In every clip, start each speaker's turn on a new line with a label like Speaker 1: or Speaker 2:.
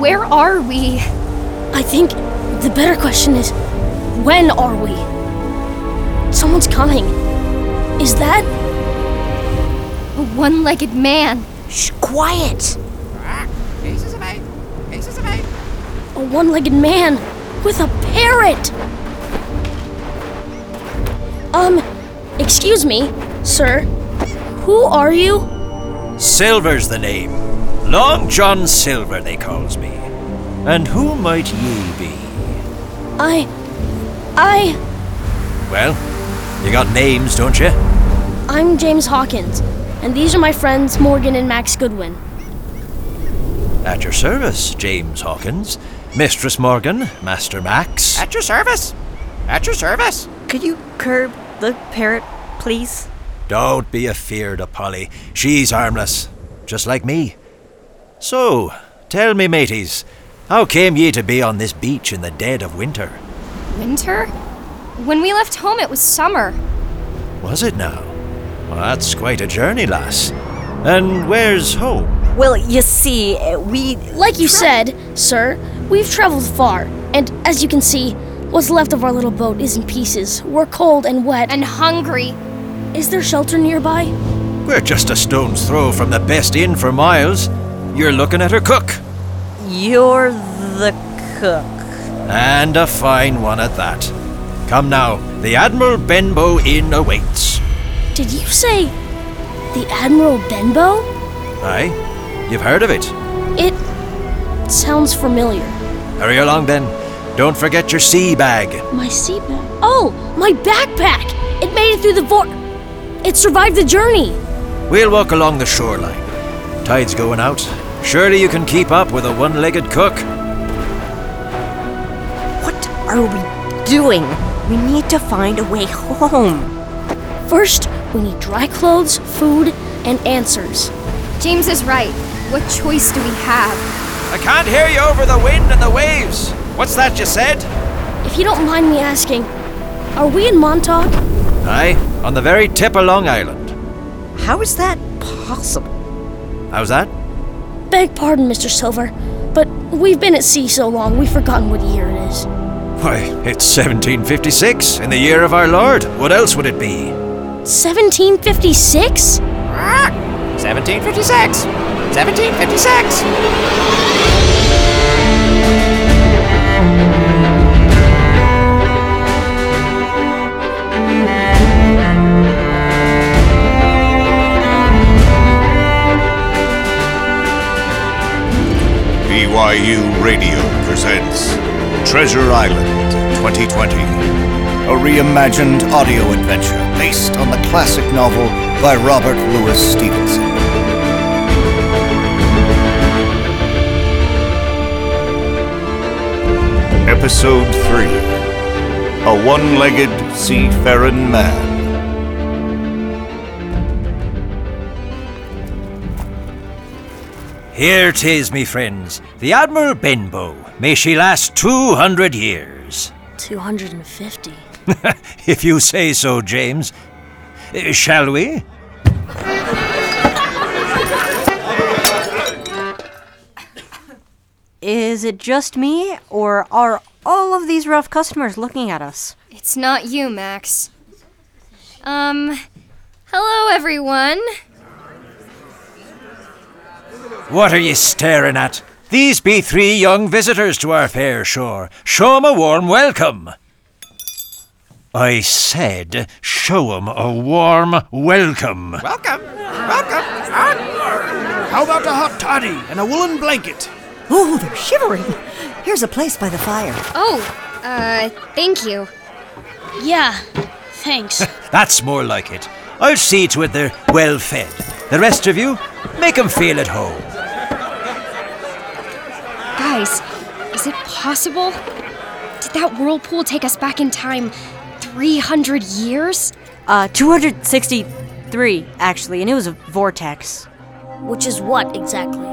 Speaker 1: Where are we?
Speaker 2: I think the better question is when are we? Someone's coming. Is that?
Speaker 1: A one legged man.
Speaker 2: Shh, quiet!
Speaker 3: Aces of eight. Aces of eight.
Speaker 2: A one legged man with a parrot! Um, excuse me, sir. Who are you?
Speaker 4: Silver's the name. Long John Silver, they calls me. And who might ye be?
Speaker 2: I. I.
Speaker 4: Well, you got names, don't you?
Speaker 2: I'm James Hawkins, and these are my friends Morgan and Max Goodwin.
Speaker 4: At your service, James Hawkins. Mistress Morgan, Master Max.
Speaker 3: At your service. At your service.
Speaker 5: Could you curb the parrot, please?
Speaker 4: Don't be afeard of Polly. She's harmless, just like me. So, tell me, mateys, how came ye to be on this beach in the dead of winter?
Speaker 1: Winter? When we left home, it was summer.
Speaker 4: Was it now? Well, that's quite a journey, lass. And where's home?
Speaker 5: Well, you see, uh, we.
Speaker 2: Like you said, sir, we've traveled far, and as you can see, what's left of our little boat is in pieces. We're cold and wet.
Speaker 1: And hungry.
Speaker 2: Is there shelter nearby?
Speaker 4: We're just a stone's throw from the best inn for miles. You're looking at her cook,
Speaker 5: You're the cook.
Speaker 4: and a fine one at that. Come now, the Admiral Benbow Inn awaits.
Speaker 2: Did you say the Admiral Benbow?
Speaker 4: Aye, you've heard of it.
Speaker 2: It sounds familiar.
Speaker 4: Hurry along then. Don't forget your sea bag.
Speaker 2: My sea bag. Oh, my backpack! It made it through the vor. It survived the journey.
Speaker 4: We'll walk along the shoreline. Tide's going out. Surely you can keep up with a one legged cook.
Speaker 5: What are we doing? We need to find a way home.
Speaker 2: First, we need dry clothes, food, and answers.
Speaker 1: James is right. What choice do we have?
Speaker 4: I can't hear you over the wind and the waves. What's that you said?
Speaker 2: If you don't mind me asking, are we in Montauk?
Speaker 4: Aye, on the very tip of Long Island.
Speaker 5: How is that possible?
Speaker 4: How's that?
Speaker 2: Beg pardon, Mr. Silver, but we've been at sea so long we've forgotten what year it is.
Speaker 4: Why, it's 1756, in the year of our Lord. What else would it be?
Speaker 2: 1756?
Speaker 3: 1756. 1756.
Speaker 6: BYU Radio presents Treasure Island 2020, a reimagined audio adventure based on the classic novel by Robert Louis Stevenson. Episode 3 A One Legged Seafaring Man.
Speaker 4: Here 'tis, me friends, the Admiral Benbow. May she last 200 years.
Speaker 2: 250.
Speaker 4: If you say so, James. Uh, Shall we?
Speaker 5: Is it just me, or are all of these rough customers looking at us?
Speaker 1: It's not you, Max. Um, hello, everyone.
Speaker 4: What are ye staring at? These be three young visitors to our fair shore. Show 'em a warm welcome. I said, show 'em a warm welcome.
Speaker 3: Welcome. Welcome. How about a hot toddy and a woolen blanket?
Speaker 7: Oh, they're shivering. Here's a place by the fire.
Speaker 1: Oh, uh, thank you.
Speaker 2: Yeah, thanks.
Speaker 4: That's more like it. I'll see to it they're well fed. The rest of you, make 'em feel at home.
Speaker 1: Guys, is it possible? Did that whirlpool take us back in time 300 years?
Speaker 5: Uh, 263, actually, and it was a vortex.
Speaker 2: Which is what exactly?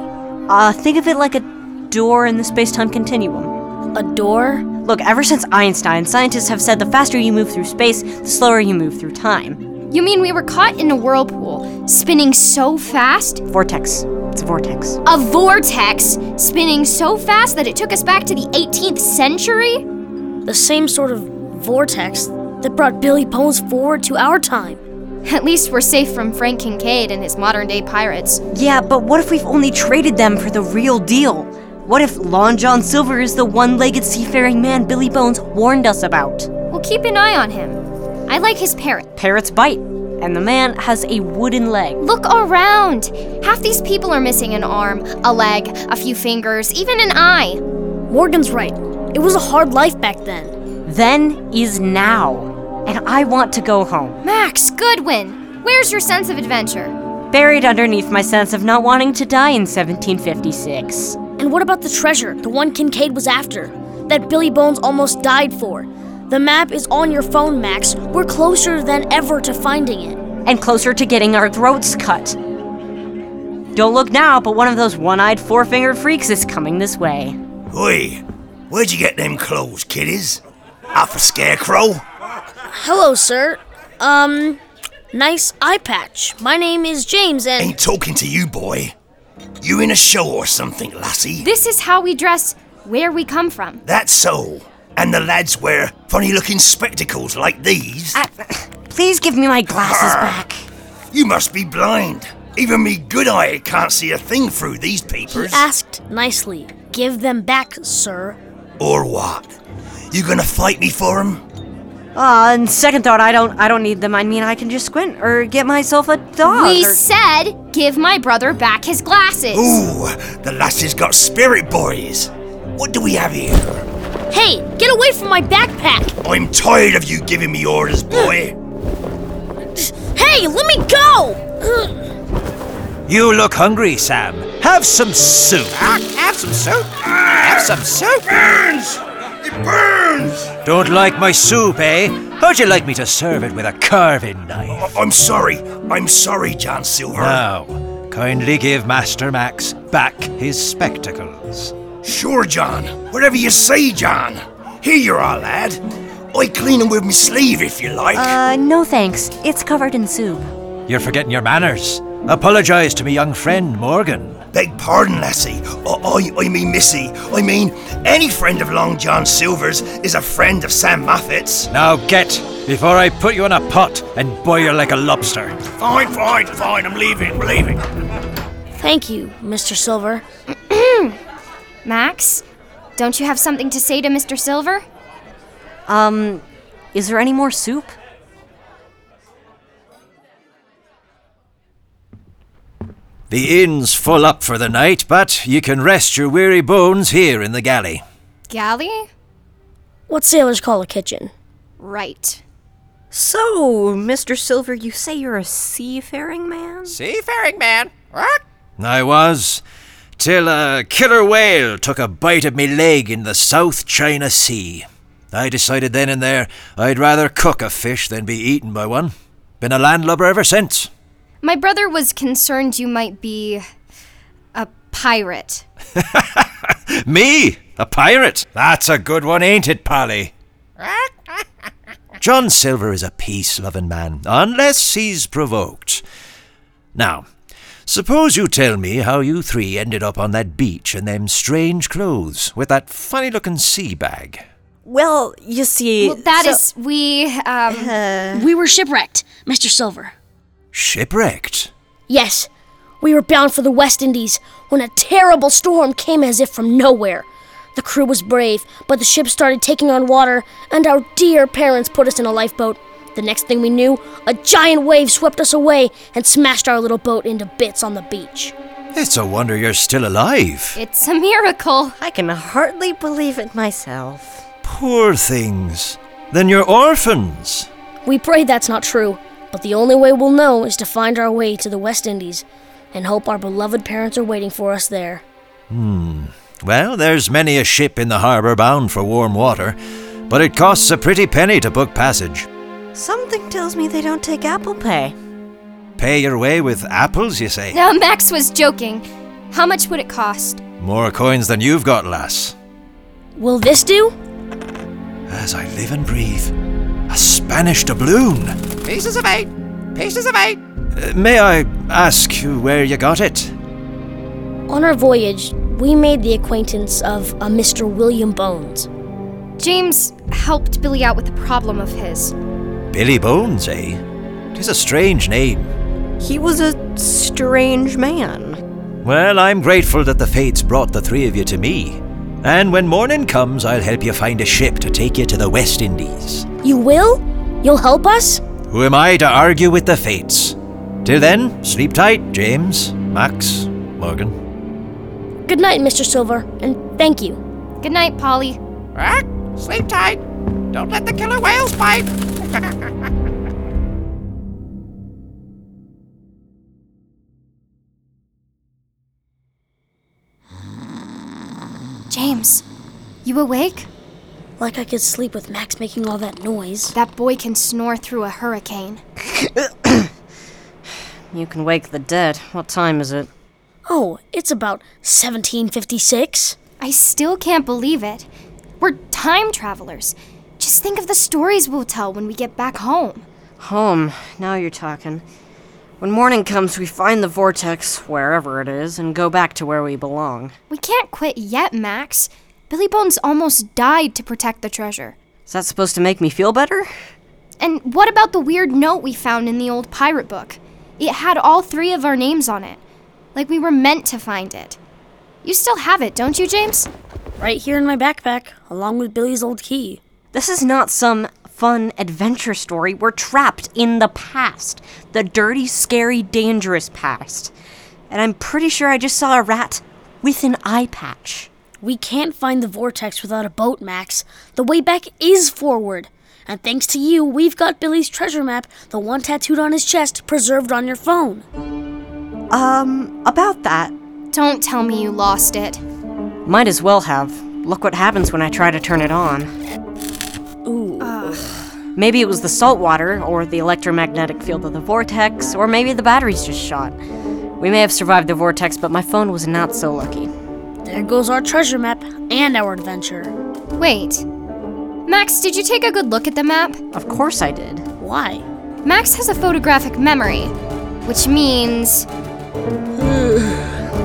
Speaker 5: Uh, think of it like a door in the space time continuum.
Speaker 2: A door?
Speaker 5: Look, ever since Einstein, scientists have said the faster you move through space, the slower you move through time.
Speaker 1: You mean we were caught in a whirlpool, spinning so fast?
Speaker 5: Vortex. It's a vortex.
Speaker 1: A vortex spinning so fast that it took us back to the 18th century?
Speaker 2: The same sort of vortex that brought Billy Bones forward to our time.
Speaker 1: At least we're safe from Frank Kincaid and his modern day pirates.
Speaker 7: Yeah, but what if we've only traded them for the real deal? What if Lon John Silver is the one legged seafaring man Billy Bones warned us about?
Speaker 1: We'll keep an eye on him. I like his parrot.
Speaker 7: Parrots bite, and the man has a wooden leg.
Speaker 1: Look around! Half these people are missing an arm, a leg, a few fingers, even an eye.
Speaker 2: Morgan's right. It was a hard life back then.
Speaker 7: Then is now. And I want to go home.
Speaker 1: Max Goodwin, where's your sense of adventure?
Speaker 7: Buried underneath my sense of not wanting to die in 1756.
Speaker 2: And what about the treasure, the one Kincaid was after, that Billy Bones almost died for? The map is on your phone, Max. We're closer than ever to finding it.
Speaker 7: And closer to getting our throats cut. Don't look now, but one of those one eyed, four fingered freaks is coming this way.
Speaker 8: Oi, where'd you get them clothes, kiddies? Off a scarecrow?
Speaker 2: Hello, sir. Um, nice eye patch. My name is James, and
Speaker 8: Ain't talking to you, boy. You in a show or something, lassie?
Speaker 1: This is how we dress where we come from.
Speaker 8: That's so. And the lads wear funny looking spectacles like these.
Speaker 7: I, please give me my glasses back.
Speaker 8: You must be blind. Even me good eye can't see a thing through these
Speaker 2: he
Speaker 8: papers.
Speaker 2: asked nicely, "Give them back, sir."
Speaker 8: Or what? You gonna fight me for 'em?
Speaker 7: On Uh, second thought, I don't. I don't need them. I mean, I can just squint or get myself a dog.
Speaker 1: We
Speaker 7: or-
Speaker 1: said, give my brother back his glasses.
Speaker 8: Ooh, the lassie's got spirit, boys. What do we have here?
Speaker 2: Hey, get away from my backpack!
Speaker 8: I'm tired of you giving me orders, boy.
Speaker 2: Hey, let me go! Ugh.
Speaker 4: You look hungry, Sam. Have some soup. Ah, have some soup. Have some soup.
Speaker 8: burns! It burns!
Speaker 4: Don't like my soup, eh? How'd you like me to serve it with a carving knife?
Speaker 8: I- am sorry. I'm sorry, John Silver.
Speaker 4: Now, kindly give Master Max back his spectacles.
Speaker 8: Sure, John. Whatever you say, John. Here you are, lad. I clean 'em with my sleeve if you like.
Speaker 7: Uh, no thanks. It's covered in soup.
Speaker 4: You're forgetting your manners. Apologize to me, young friend Morgan.
Speaker 8: Beg pardon, lassie. I, I, I mean, missy. I mean, any friend of Long John Silver's is a friend of Sam Moffat's.
Speaker 4: Now get, before I put you in a pot and boil like a lobster.
Speaker 8: Fine, fine, fine. I'm leaving. I'm leaving.
Speaker 2: Thank you, Mr. Silver.
Speaker 1: Max, don't you have something to say to Mr. Silver?
Speaker 7: Um, is there any more soup?
Speaker 4: The inn's full up for the night, but you can rest your weary bones here in the galley.
Speaker 1: Galley?
Speaker 2: What sailors call a kitchen.
Speaker 1: Right.
Speaker 7: So, Mr. Silver, you say you're a seafaring man?
Speaker 4: Seafaring man. I was. Till a killer whale took a bite of me leg in the South China Sea. I decided then and there I'd rather cook a fish than be eaten by one. Been a landlubber ever since.
Speaker 1: My brother was concerned you might be a pirate.
Speaker 4: Me? A pirate? That's a good one, ain't it, Polly? John Silver is a peace loving man, unless he's provoked. Now, suppose you tell me how you three ended up on that beach in them strange clothes, with that funny looking sea bag.
Speaker 7: Well, you see,
Speaker 1: Well, that is we um
Speaker 2: We were shipwrecked, Mr. Silver.
Speaker 4: Shipwrecked.
Speaker 2: Yes, we were bound for the West Indies when a terrible storm came as if from nowhere. The crew was brave, but the ship started taking on water, and our dear parents put us in a lifeboat. The next thing we knew, a giant wave swept us away and smashed our little boat into bits on the beach.
Speaker 4: It's a wonder you're still alive.
Speaker 1: it's a miracle.
Speaker 7: I can hardly believe it myself.
Speaker 4: Poor things. Then you're orphans.
Speaker 2: We pray that's not true, but the only way we'll know is to find our way to the West Indies and hope our beloved parents are waiting for us there.
Speaker 4: Well, there's many a ship in the harbour bound for warm water, but it costs a pretty penny to book passage.
Speaker 7: Something tells me they don't take Apple Pay.
Speaker 4: Pay your way with apples, you say?
Speaker 1: Now Max was joking. How much would it cost?
Speaker 4: More coins than you've got, lass.
Speaker 2: Will this do?
Speaker 4: As I live and breathe, a Spanish doubloon. Uh, Pieces of eight. Pieces of eight. may I ask you where you got it?
Speaker 2: On our voyage, we made the acquaintance of a Mr. William Bones.
Speaker 1: James helped Billy out with a problem of his.
Speaker 4: Billy Bones, eh? Tis a strange name.
Speaker 7: He was a strange man.
Speaker 4: Well, I'm grateful that the fates brought the three of you to me. And when morning comes, I'll help you find a ship to take you to the West Indies.
Speaker 2: You will? You'll help us?
Speaker 4: Who am I to argue with the fates? Till then, sleep tight, James, Max, Morgan.
Speaker 2: Good night, Mr. Silver, and thank you.
Speaker 1: Good night, Polly.
Speaker 3: Sleep tight. Don't let the killer whales bite.
Speaker 1: James, you awake?
Speaker 2: Like I could sleep with Max making all that noise.
Speaker 1: That boy can snore through a hurricane.
Speaker 7: You can wake the dead. What time is it?
Speaker 2: Oh, it's about 1756.
Speaker 1: I still can't believe it. We're time travelers. Just think of the stories we'll tell when we get back home.
Speaker 7: Home. Now you're talking. When morning comes, we find the vortex, wherever it is, and go back to where we belong.
Speaker 1: We can't quit yet, Max. Billy Bones almost died to protect the treasure.
Speaker 7: Is that supposed to make me feel better?
Speaker 1: And what about the weird note we found in the old pirate book? It had all three of our names on it, like we were meant to find it. You still have it, don't you, James?
Speaker 2: Right here in my backpack, along with Billy's old key.
Speaker 7: This is not some fun adventure story. We're trapped in the past. The dirty, scary, dangerous past. And I'm pretty sure I just saw a rat with an eye patch.
Speaker 2: We can't find the vortex without a boat, Max. The way back is forward. And thanks to you, we've got Billy's treasure map, the one tattooed on his chest, preserved on your phone.
Speaker 7: Um, about that,
Speaker 1: Don't tell me you lost it.
Speaker 7: might as well have. Look what happens when I try to turn it on.
Speaker 2: Ooh.
Speaker 7: Maybe it was the salt water, or the electromagnetic field of the vortex, or maybe the batteries just shot. We may have survived the vortex, but my phone was not so lucky.
Speaker 2: There goes our treasure map and our adventure.
Speaker 1: Wait. Max, did you take a good look at the map?
Speaker 7: Of course I did.
Speaker 2: Why?
Speaker 1: Max has a photographic memory, which means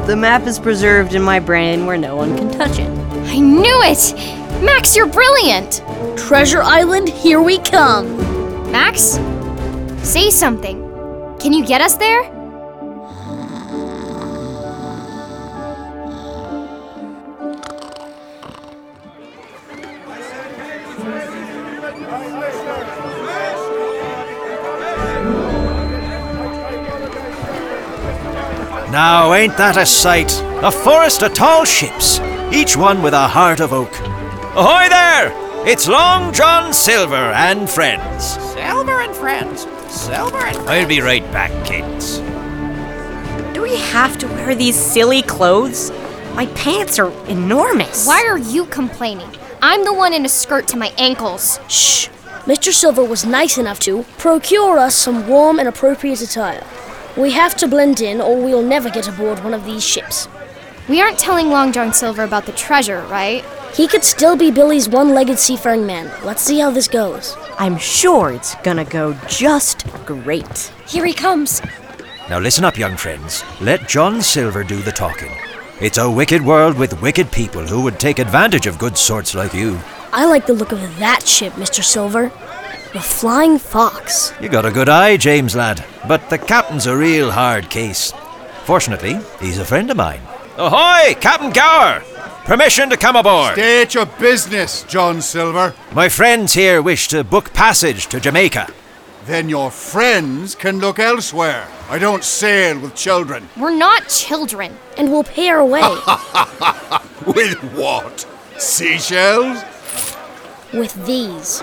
Speaker 7: The map is preserved in my brain where no one can touch it.
Speaker 1: I knew it! Max, you're brilliant!
Speaker 2: Treasure Island, here we come!
Speaker 1: Max? Say something. Can you get us there?
Speaker 4: Now, ain't that a sight? A forest of tall ships, each one with a heart of oak. Ahoy there! It's Long John Silver and friends.
Speaker 3: Silver and friends. Silver and
Speaker 4: I'll be right back, kids.
Speaker 7: Do we have to wear these silly clothes? My pants are enormous.
Speaker 1: Why are you complaining? I'm the one in a skirt to my ankles.
Speaker 2: Shh! Mr. Silver was nice enough to procure us some warm and appropriate attire. We have to blend in, or we'll never get aboard one of these ships.
Speaker 1: We aren't telling Long John Silver about the treasure, right?
Speaker 2: He could still be Billy's one legged seafaring man. Let's see how this goes.
Speaker 7: I'm sure it's gonna go just great.
Speaker 2: Here he comes.
Speaker 4: Now, listen up, young friends. Let John Silver do the talking. It's a wicked world with wicked people who would take advantage of good sorts like you.
Speaker 2: I like the look of that ship, Mr. Silver. The Flying Fox.
Speaker 4: You got a good eye, James, lad, but the captain's a real hard case. Fortunately, he's a friend of mine. Ahoy, Captain Gower! Permission to come aboard.
Speaker 9: State your business, John Silver.
Speaker 4: My friends here wish to book passage to Jamaica.
Speaker 9: Then your friends can look elsewhere. I don't sail with children.
Speaker 1: We're not children.
Speaker 2: And we'll pay our way
Speaker 9: With what? Seashells?
Speaker 2: with these.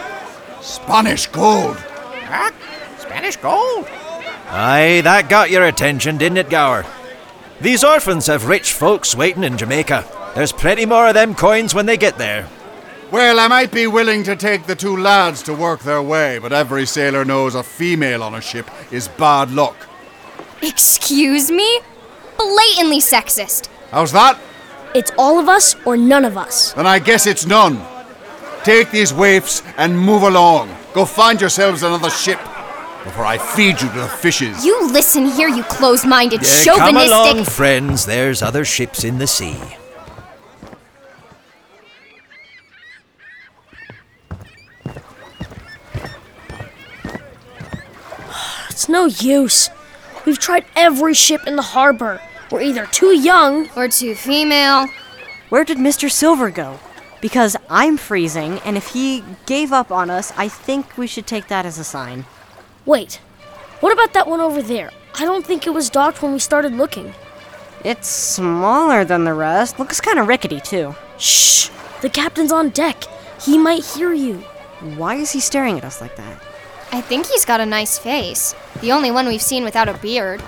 Speaker 9: Spanish gold.
Speaker 3: Huh? Spanish gold.
Speaker 4: Aye, that got your attention, didn't it, Gower? These orphans have rich folks waiting in Jamaica. There's plenty more of them coins when they get there.
Speaker 9: Well, I might be willing to take the two lads to work their way, but every sailor knows a female on a ship is bad luck.
Speaker 1: Excuse me? Blatantly sexist.
Speaker 9: How's that?
Speaker 2: It's all of us or none of us.
Speaker 9: Then I guess it's none. Take these waifs and move along. Go find yourselves another ship. before I feed you to the fishes.
Speaker 1: You listen here, you close minded
Speaker 4: Yeah, Come
Speaker 1: chauvinistic.
Speaker 4: along, friends. There's other ships in the sea.
Speaker 2: It's no use. We've tried every ship in the harbor. We're either too young
Speaker 1: or too female.
Speaker 7: Where did Mr. Silver go? Because I'm freezing, and if he gave up on us, I think we should take that as a sign.
Speaker 2: Wait, what about that one over there? I don't think it was docked when we started looking.
Speaker 7: It's smaller than the rest. Looks kind of rickety, too.
Speaker 2: Shh! The captain's on deck. He might hear you.
Speaker 7: Why is he staring at us like that?
Speaker 1: I think he's got a nice face. The only one we've seen without a beard.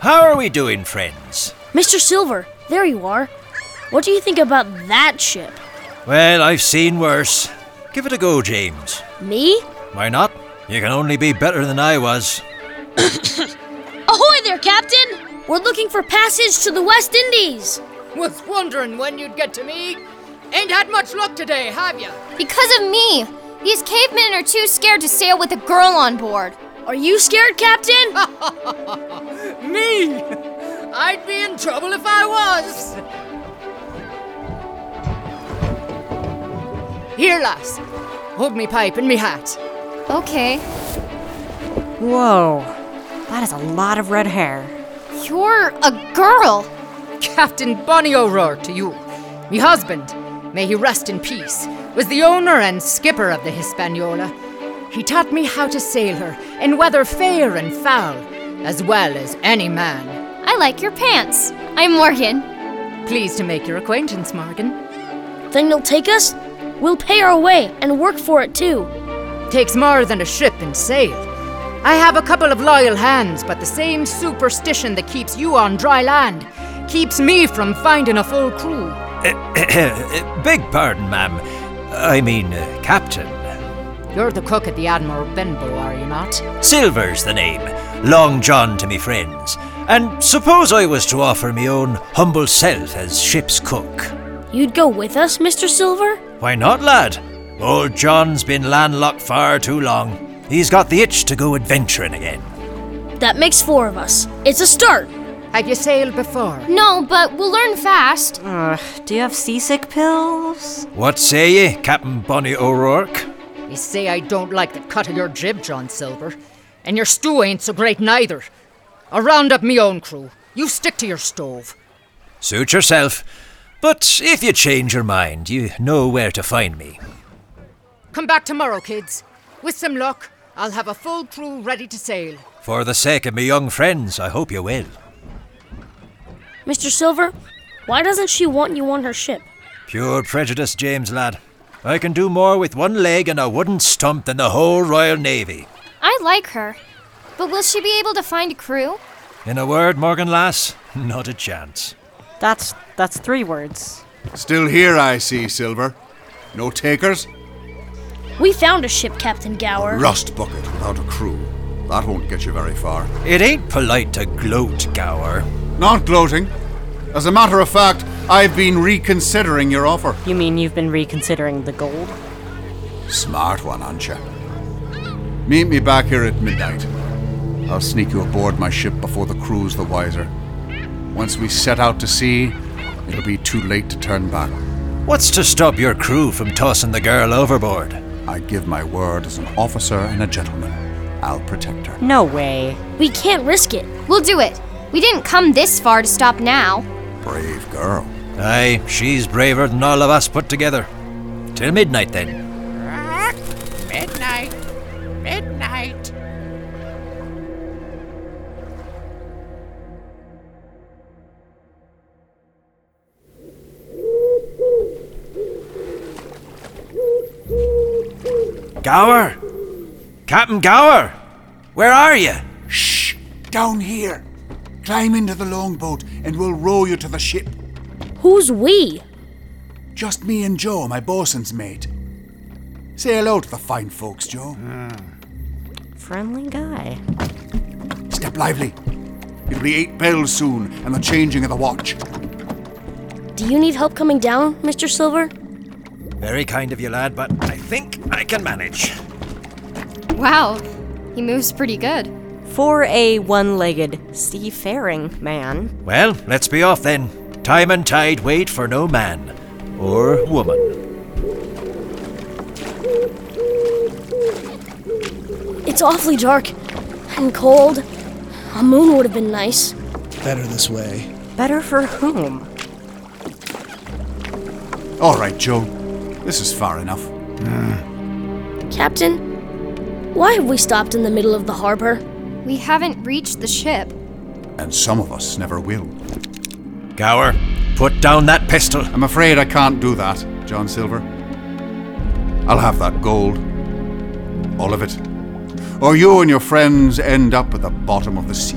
Speaker 4: How are we doing, friends?
Speaker 2: Mr. Silver, there you are. What do you think about that ship?
Speaker 4: Well, I've seen worse. Give it a go, James.
Speaker 2: Me?
Speaker 4: Why not? You can only be better than I was.
Speaker 2: Ahoy there, Captain! We're looking for passage to the West Indies!
Speaker 10: Was wondering when you'd get to me. Ain't had much luck today, have you?
Speaker 1: Because of me! These cavemen are too scared to sail with a girl on board. Uh,
Speaker 2: Are you scared, Captain?
Speaker 10: Me? I'd be in trouble if I was. Here, lass. Hold me pipe and me hat.
Speaker 1: Okay.
Speaker 7: Whoa. That is a lot of red hair.
Speaker 1: You're a girl.
Speaker 10: Captain Bonnie O'Rourke to you. Me husband, may he rest in peace, was the owner and skipper of the Hispaniola. He taught me how to sail her in weather fair and foul, as well as any man.
Speaker 1: I like your pants. I'm Morgan.
Speaker 10: Pleased to make your acquaintance, Morgan.
Speaker 2: Then you'll take us? We'll pay our way and work for it too.
Speaker 10: Takes more than a ship and sail. I have a couple of loyal hands, but the same superstition that keeps you on dry land keeps me from finding a full crew.
Speaker 4: Beg pardon, ma'am. I mean, uh, Captain.
Speaker 10: You're the cook at the Admiral Benbow, are you not?
Speaker 4: Silver's the name. Long John to me friends. And suppose I was to offer me own humble self as ship's cook.
Speaker 2: You'd go with us, Mr. Silver?
Speaker 4: Why not, lad? Old John's been landlocked far too long. He's got the itch to go adventuring again.
Speaker 2: That makes four of us. It's a start.
Speaker 10: Have you sailed before?
Speaker 1: No, but we'll learn fast.
Speaker 7: Ugh, do you have seasick pills?
Speaker 4: What say ye, Captain Bonnie O'Rourke?
Speaker 10: You say I don't like the cut of your jib, John Silver. And your stew ain't so great neither. I'll round up me own crew. You stick to your stove.
Speaker 4: Suit yourself. But if you change your mind, you know where to find me.
Speaker 10: Come back tomorrow, kids. With some luck, I'll have a full crew ready to sail.
Speaker 4: For the sake of me young friends, I hope you will.
Speaker 2: Mr. Silver, why doesn't she want you on her ship?
Speaker 4: Pure prejudice, James, lad. I can do more with one leg and a wooden stump than the whole Royal Navy.
Speaker 1: I like her. But will she be able to find a crew?
Speaker 4: In a word, Morgan lass, not a chance.
Speaker 7: That's that's three words.
Speaker 9: Still here, I see, Silver. No takers?
Speaker 2: We found a ship, Captain Gower.
Speaker 9: Rust bucket without a crew. That won't get you very far.
Speaker 4: It ain't polite to gloat, Gower.
Speaker 9: Not gloating. As a matter of fact, I've been reconsidering your offer.
Speaker 7: You mean you've been reconsidering the gold?
Speaker 9: Smart one, aren't you? Meet me back here at midnight. I'll sneak you aboard my ship before the crew's the wiser. Once we set out to sea, it'll be too late to turn back.
Speaker 4: What's to stop your crew from tossing the girl overboard?
Speaker 9: I give my word as an officer and a gentleman. I'll protect her.
Speaker 7: No way.
Speaker 2: We can't risk it.
Speaker 1: We'll do it. We didn't come this far to stop now.
Speaker 9: Brave girl.
Speaker 4: Aye, she's braver than all of us put together. Till midnight, then.
Speaker 11: Midnight. Midnight.
Speaker 4: Gower! Captain Gower! Where are you?
Speaker 3: Down here. Climb into the longboat and we'll row you to the ship.
Speaker 2: Who's we?
Speaker 3: Just me and Joe, my bosun's mate. Say hello to the fine folks, Joe.
Speaker 7: Friendly guy.
Speaker 9: Step lively. It'll be eight bells soon and the changing of the watch.
Speaker 2: Do you need help coming down, Mr. Silver?
Speaker 4: Very kind of you, lad, but I think I can manage.
Speaker 1: Wow. He moves pretty good.
Speaker 7: For a one legged, seafaring man.
Speaker 4: Well, let's be off then. Time and tide wait for no man or woman.
Speaker 2: It's awfully dark and cold. A moon would have been nice.
Speaker 12: Better this way.
Speaker 7: Better for whom?
Speaker 9: All right, Joe. This is far enough.
Speaker 2: Captain, why have we stopped in the middle of the harbor?
Speaker 1: We haven't reached the ship.
Speaker 9: And some of us never will.
Speaker 4: Gower, put down that pistol.
Speaker 9: I'm afraid I can't do that, John Silver. I'll have that gold. All of it. Or you and your friends end up at the bottom of the sea.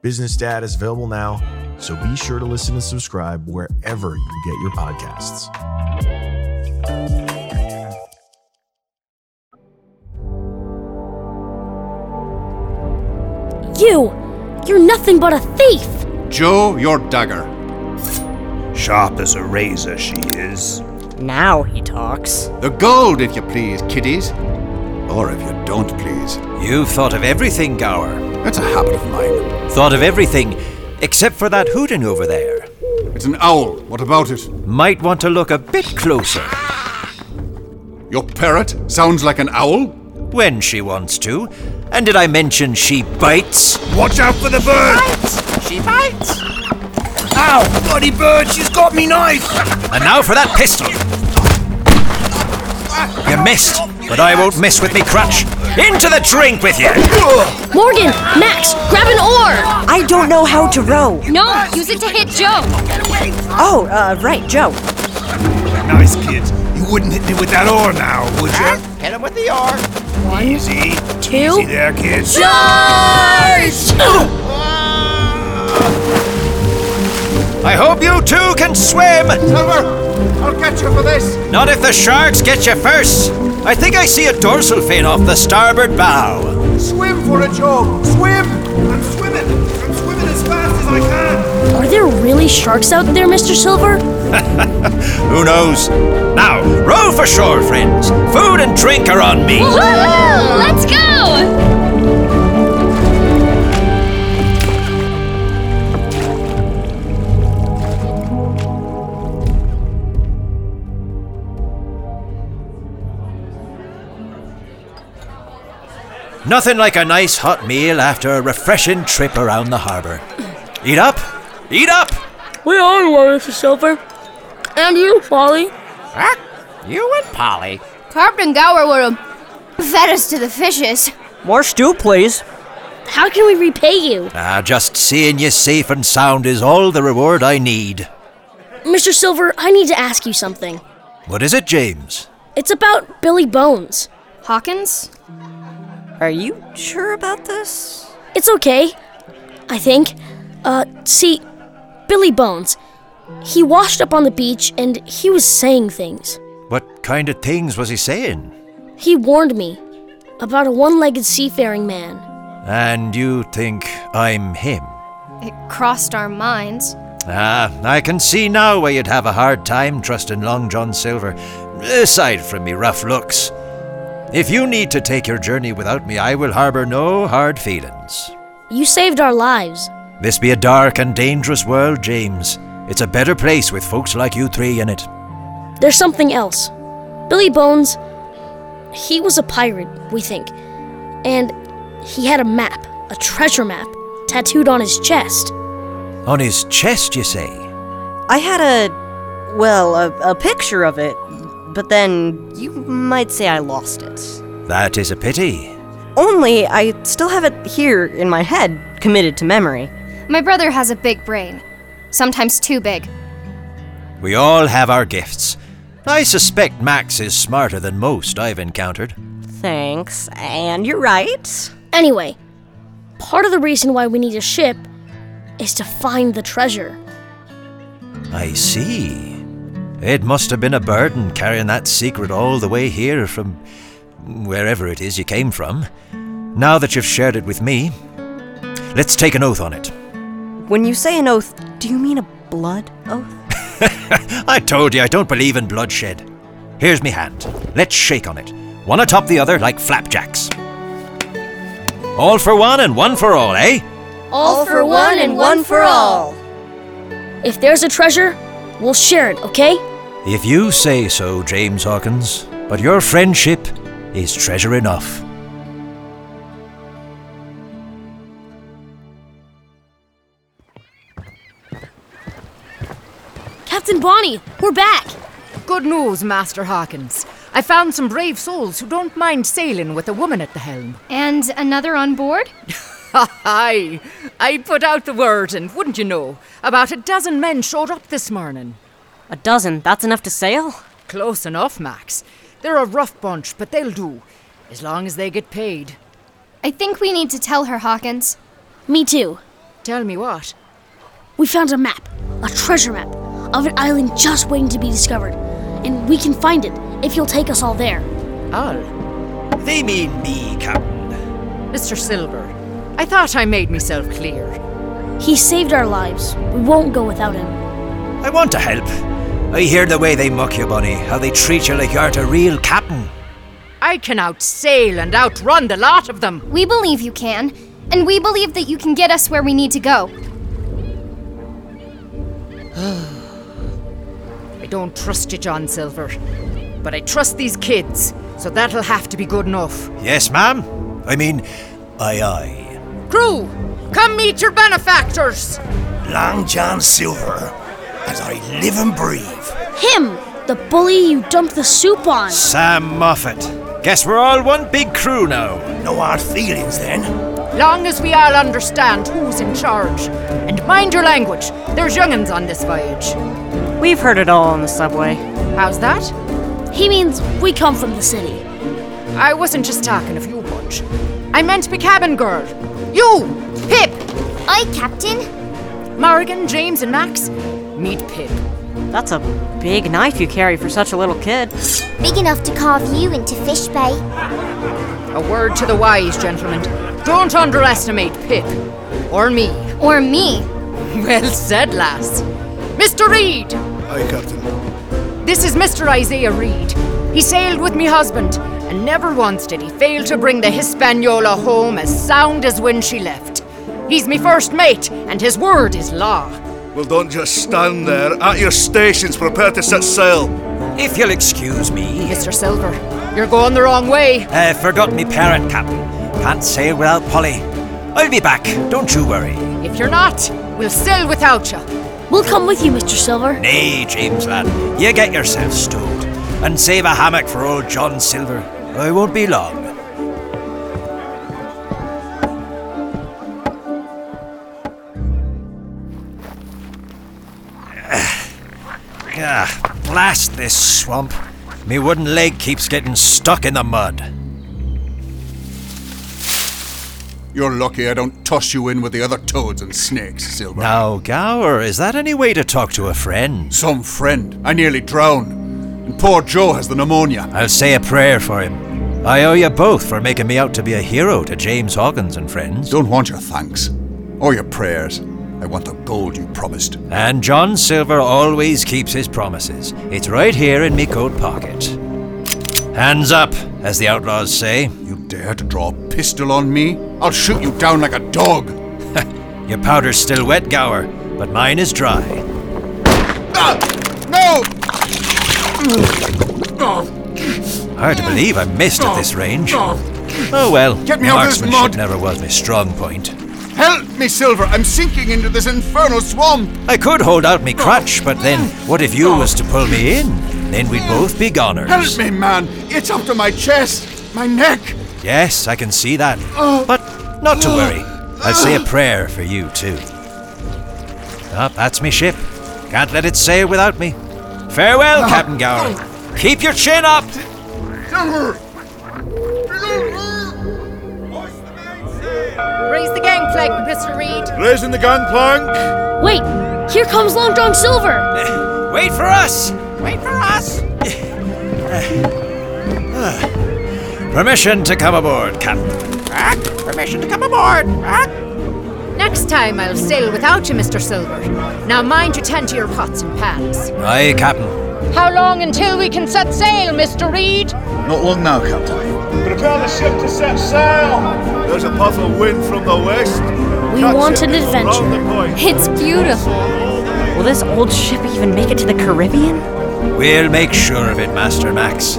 Speaker 13: Business Dad is available now, so be sure to listen and subscribe wherever you get your podcasts.
Speaker 2: You! You're nothing but a thief!
Speaker 9: Joe, your dagger.
Speaker 8: Sharp as a razor, she is.
Speaker 7: Now he talks.
Speaker 9: The gold, if you please, kiddies. Or if you don't please.
Speaker 4: You've thought of everything, Gower.
Speaker 9: That's a habit of mine.
Speaker 4: Thought of everything, except for that hooting over there.
Speaker 9: It's an owl. What about it?
Speaker 4: Might want to look a bit closer.
Speaker 9: Your parrot sounds like an owl?
Speaker 4: When she wants to. And did I mention she bites?
Speaker 8: Watch out for the bird! She bites! Ow! Bloody bird, she's got me knife!
Speaker 4: And now for that pistol. You missed, but I won't miss with me crutch. Into the drink with you!
Speaker 2: Morgan, Max, grab an oar!
Speaker 7: I don't know how to row.
Speaker 1: No, use it to hit Joe.
Speaker 7: Oh, uh, right, Joe.
Speaker 8: Nice kid. You wouldn't hit me with that oar now, would you?
Speaker 11: Hit him with the oar.
Speaker 8: One, Easy.
Speaker 2: two,
Speaker 8: Easy there, kids.
Speaker 2: Charge!
Speaker 4: I hope you two can swim!
Speaker 9: Silver! I'll catch you for this!
Speaker 4: Not if the sharks get you first! I think I see a dorsal fin off the starboard bow.
Speaker 9: Swim for it, Joe! Swim!
Speaker 8: Oh, I'm swimming! I'm swimming as fast as I can!
Speaker 2: Are there really sharks out there, Mr. Silver?
Speaker 4: Who knows? Now, row for shore, friends. Food and drink are on me.
Speaker 1: Woohoo! Let's go!
Speaker 4: Nothing like a nice hot meal after a refreshing trip around the harbour. Eat up! Eat up!
Speaker 2: We are worried, Mr. Silver. And you, Polly.
Speaker 11: Huh? You and Polly.
Speaker 1: Captain Gower would have fed us to the fishes.
Speaker 7: More stew, please.
Speaker 2: How can we repay you?
Speaker 4: Ah, just seeing you safe and sound is all the reward I need.
Speaker 2: Mr. Silver, I need to ask you something.
Speaker 4: What is it, James?
Speaker 2: It's about Billy Bones.
Speaker 1: Hawkins?
Speaker 7: Are you sure about this?
Speaker 2: It's okay. I think. Uh, see, Billy Bones. He washed up on the beach and he was saying things.
Speaker 4: What kind of things was he saying?
Speaker 2: He warned me about a one legged seafaring man.
Speaker 4: And you think I'm him?
Speaker 1: It crossed our minds.
Speaker 4: Ah, I can see now why you'd have a hard time trusting Long John Silver, aside from me rough looks. If you need to take your journey without me, I will harbour no hard feelings.
Speaker 2: You saved our lives.
Speaker 4: This be a dark and dangerous world, James. It's a better place with folks like you three in it.
Speaker 2: There's something else. Billy Bones, he was a pirate, we think. And he had a map, a treasure map, tattooed on his chest.
Speaker 4: On his chest, you say?
Speaker 7: I had a, well, a, a picture of it, but then you might say I lost it.
Speaker 4: That is a pity.
Speaker 7: Only I still have it here in my head, committed to memory.
Speaker 1: My brother has a big brain. Sometimes too big.
Speaker 4: We all have our gifts. I suspect Max is smarter than most I've encountered.
Speaker 7: Thanks, and you're right.
Speaker 2: Anyway, part of the reason why we need a ship is to find the treasure.
Speaker 4: I see. It must have been a burden carrying that secret all the way here from wherever it is you came from. Now that you've shared it with me, let's take an oath on it.
Speaker 7: When you say an oath, do you mean a blood oath?
Speaker 4: I told you I don't believe in bloodshed. Here's me hand. Let's shake on it. One atop the other like flapjacks. All for one and one for all, eh?
Speaker 2: All for one and one for all. If there's a treasure, we'll share it, okay?
Speaker 4: If you say so, James Hawkins, but your friendship is treasure enough.
Speaker 2: Captain Bonnie, we're back.
Speaker 10: Good news, Master Hawkins. I found some brave souls who don't mind sailing with a woman at the helm.
Speaker 1: And another on board?
Speaker 10: Aye, I put out the word, and wouldn't you know, about a dozen men showed up this morning.
Speaker 7: A dozen? That's enough to sail?
Speaker 10: Close enough, Max. They're a rough bunch, but they'll do, as long as they get paid.
Speaker 1: I think we need to tell her, Hawkins.
Speaker 2: Me too.
Speaker 10: Tell me what?
Speaker 2: We found a map, a treasure map, of an island just waiting to be discovered. And we can find it if you'll take us all there.
Speaker 10: All?
Speaker 4: They mean me, Captain.
Speaker 10: Mr. Silver, I thought I made myself clear.
Speaker 2: He saved our lives. We won't go without him.
Speaker 4: I want to help. I hear the way they muck you, Bunny, how they treat you like you aren't a real captain.
Speaker 10: I can outsail and outrun the lot of them.
Speaker 1: We believe you can, and we believe that you can get us where we need to go.
Speaker 10: I don't trust you, John Silver. But I trust these kids, so that'll have to be good enough.
Speaker 4: Yes, ma'am? I mean, aye aye.
Speaker 10: Crew, come meet your benefactors!
Speaker 8: Long John Silver, as I live and breathe.
Speaker 2: Him, the bully you dumped the soup on.
Speaker 4: Sam Moffat. Guess we're all one big crew now.
Speaker 8: No hard feelings then.
Speaker 10: Long as we all understand who's in charge. And mind your language, there's young'uns on this voyage.
Speaker 7: We've heard it all on the subway.
Speaker 10: How's that?
Speaker 2: He means we come from the city.
Speaker 10: I wasn't just talking of you bunch. I meant me cabin girl. You! Pip!
Speaker 1: Aye, Captain.
Speaker 10: Morrigan, James, and Max, meet Pip.
Speaker 7: That's a big knife you carry for such a little kid.
Speaker 12: Big enough to carve you into Fish Bay.
Speaker 10: A word to the wise, gentlemen. Don't underestimate Pip. Or me.
Speaker 1: Or me.
Speaker 10: Well said, lass. Mr. Reed!
Speaker 14: Aye, Captain.
Speaker 10: This is Mr. Isaiah Reed. He sailed with me husband, and never once did he fail to bring the Hispaniola home as sound as when she left. He's me first mate, and his word is law.
Speaker 14: Well, don't just stand there. At your stations, prepare to set sail.
Speaker 4: If you'll excuse me.
Speaker 10: Mr. Silver, you're going the wrong way.
Speaker 4: I forgot me parrot, Captain. Can't sail without Polly. I'll be back, don't you worry.
Speaker 10: If you're not, we'll sail without you.
Speaker 2: We'll come with you, Mr. Silver.
Speaker 4: Nay, James lad, you get yourself stowed. And save a hammock for old John Silver. I won't be long. Ah, blast this swamp. Me wooden leg keeps getting stuck in the mud.
Speaker 9: You're lucky I don't toss you in with the other toads and snakes, Silver.
Speaker 4: Now, Gower, is that any way to talk to a friend?
Speaker 9: Some friend. I nearly drowned. And poor Joe has the pneumonia.
Speaker 4: I'll say a prayer for him. I owe you both for making me out to be a hero to James Hawkins and friends.
Speaker 9: Don't want your thanks. Or your prayers. I want the gold you promised.
Speaker 4: And John Silver always keeps his promises. It's right here in me coat pocket. Hands up, as the outlaws say.
Speaker 9: You dare to draw a pistol on me? I'll shoot you down like a dog.
Speaker 4: Your powder's still wet, Gower, but mine is dry.
Speaker 9: Ah! No!
Speaker 4: Hard to believe I missed at this range. Oh well,
Speaker 9: Get me out of this
Speaker 4: marksmanship
Speaker 9: mud!
Speaker 4: never was my strong point.
Speaker 9: Help me, Silver! I'm sinking into this infernal swamp!
Speaker 4: I could hold out
Speaker 9: Oh.
Speaker 4: me crutch, but then what if you was to pull me in? Then we'd both be
Speaker 9: Help
Speaker 4: goners.
Speaker 9: me, man! It's up to my chest! My neck!
Speaker 4: Yes, I can see that. But not to worry. I'll say a prayer Ah, for you too. Up, that's me ship. Can't let it sail without me. Farewell, Captain Gowrie. Keep your chin up.
Speaker 10: Raise the gangplank, Mr. Reed.
Speaker 9: Raising the gangplank.
Speaker 15: Wait, here comes Long John Silver.
Speaker 4: Wait for us.
Speaker 16: Wait for us.
Speaker 4: Permission to come aboard, Captain.
Speaker 10: Permission to come aboard. Next time I'll sail without you, Mr. Silver. Now mind you tend to your pots and pans.
Speaker 4: Aye, Captain.
Speaker 10: How long until we can set sail, Mr. Reed?
Speaker 17: Not long now, Captain.
Speaker 9: Prepare the ship to set sail. There's a puff of wind from the west.
Speaker 15: We
Speaker 9: Catch
Speaker 15: want
Speaker 9: it
Speaker 15: an
Speaker 9: around
Speaker 15: adventure.
Speaker 9: the point.
Speaker 18: It's beautiful.
Speaker 7: Will this old ship even make it to the Caribbean?
Speaker 4: We'll make sure of it, Master Max.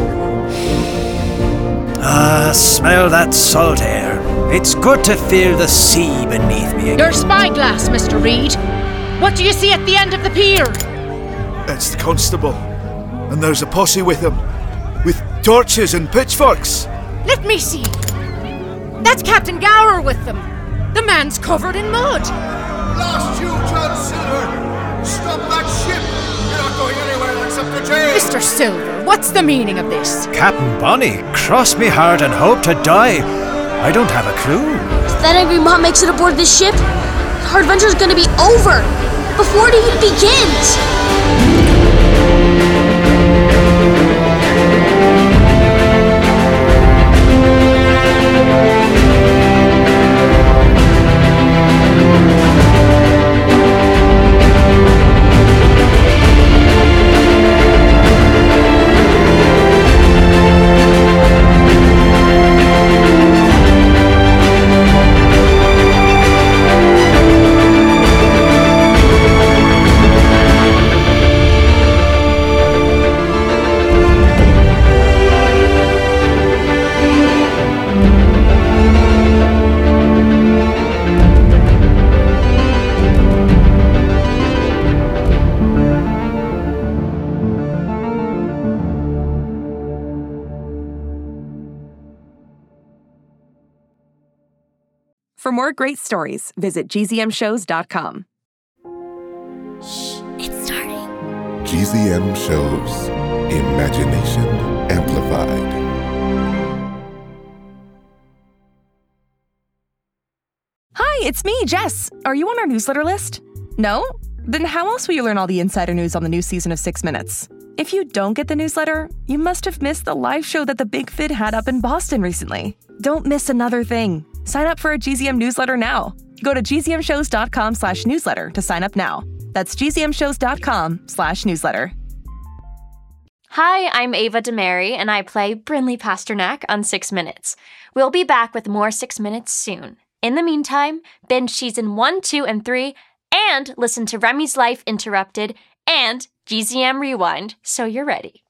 Speaker 4: Ah, smell that salt air. It's good to feel the sea beneath me again.
Speaker 10: Your spyglass, Mr. Reed. What do you see at the end of the pier?
Speaker 9: It's the constable. And there's a posse with him. With torches and pitchforks.
Speaker 10: Let me see. That's Captain Gower with them. The man's covered in mud.
Speaker 9: Blast you, John Silver! Stop that ship! You're not going anywhere except to jail!
Speaker 10: Mr. Silver, what's the meaning of this?
Speaker 4: Captain Bonnie, cross me hard and hope to die. I don't have a clue.
Speaker 15: That angry mob makes it aboard this ship. Our adventure's gonna be over before it even begins.
Speaker 19: For more great stories, visit gzmshows.com.
Speaker 6: GZM shows Imagination Amplified.
Speaker 19: Hi, it's me, Jess. Are you on our newsletter list? No? Then how else will you learn all the insider news on the new season of Six Minutes? If you don't get the newsletter, you must have missed the live show that the Big Fid had up in Boston recently. Don't miss another thing. Sign up for a GZM newsletter now. Go to gzmshows.com slash newsletter to sign up now. That's gzmshows.com slash newsletter.
Speaker 2: Hi, I'm Ava DeMary, and I play Brinley Pasternak on Six Minutes. We'll be back with more Six Minutes soon. In the meantime, binge season one, two, and three, and listen to Remy's Life Interrupted and GZM Rewind so you're ready.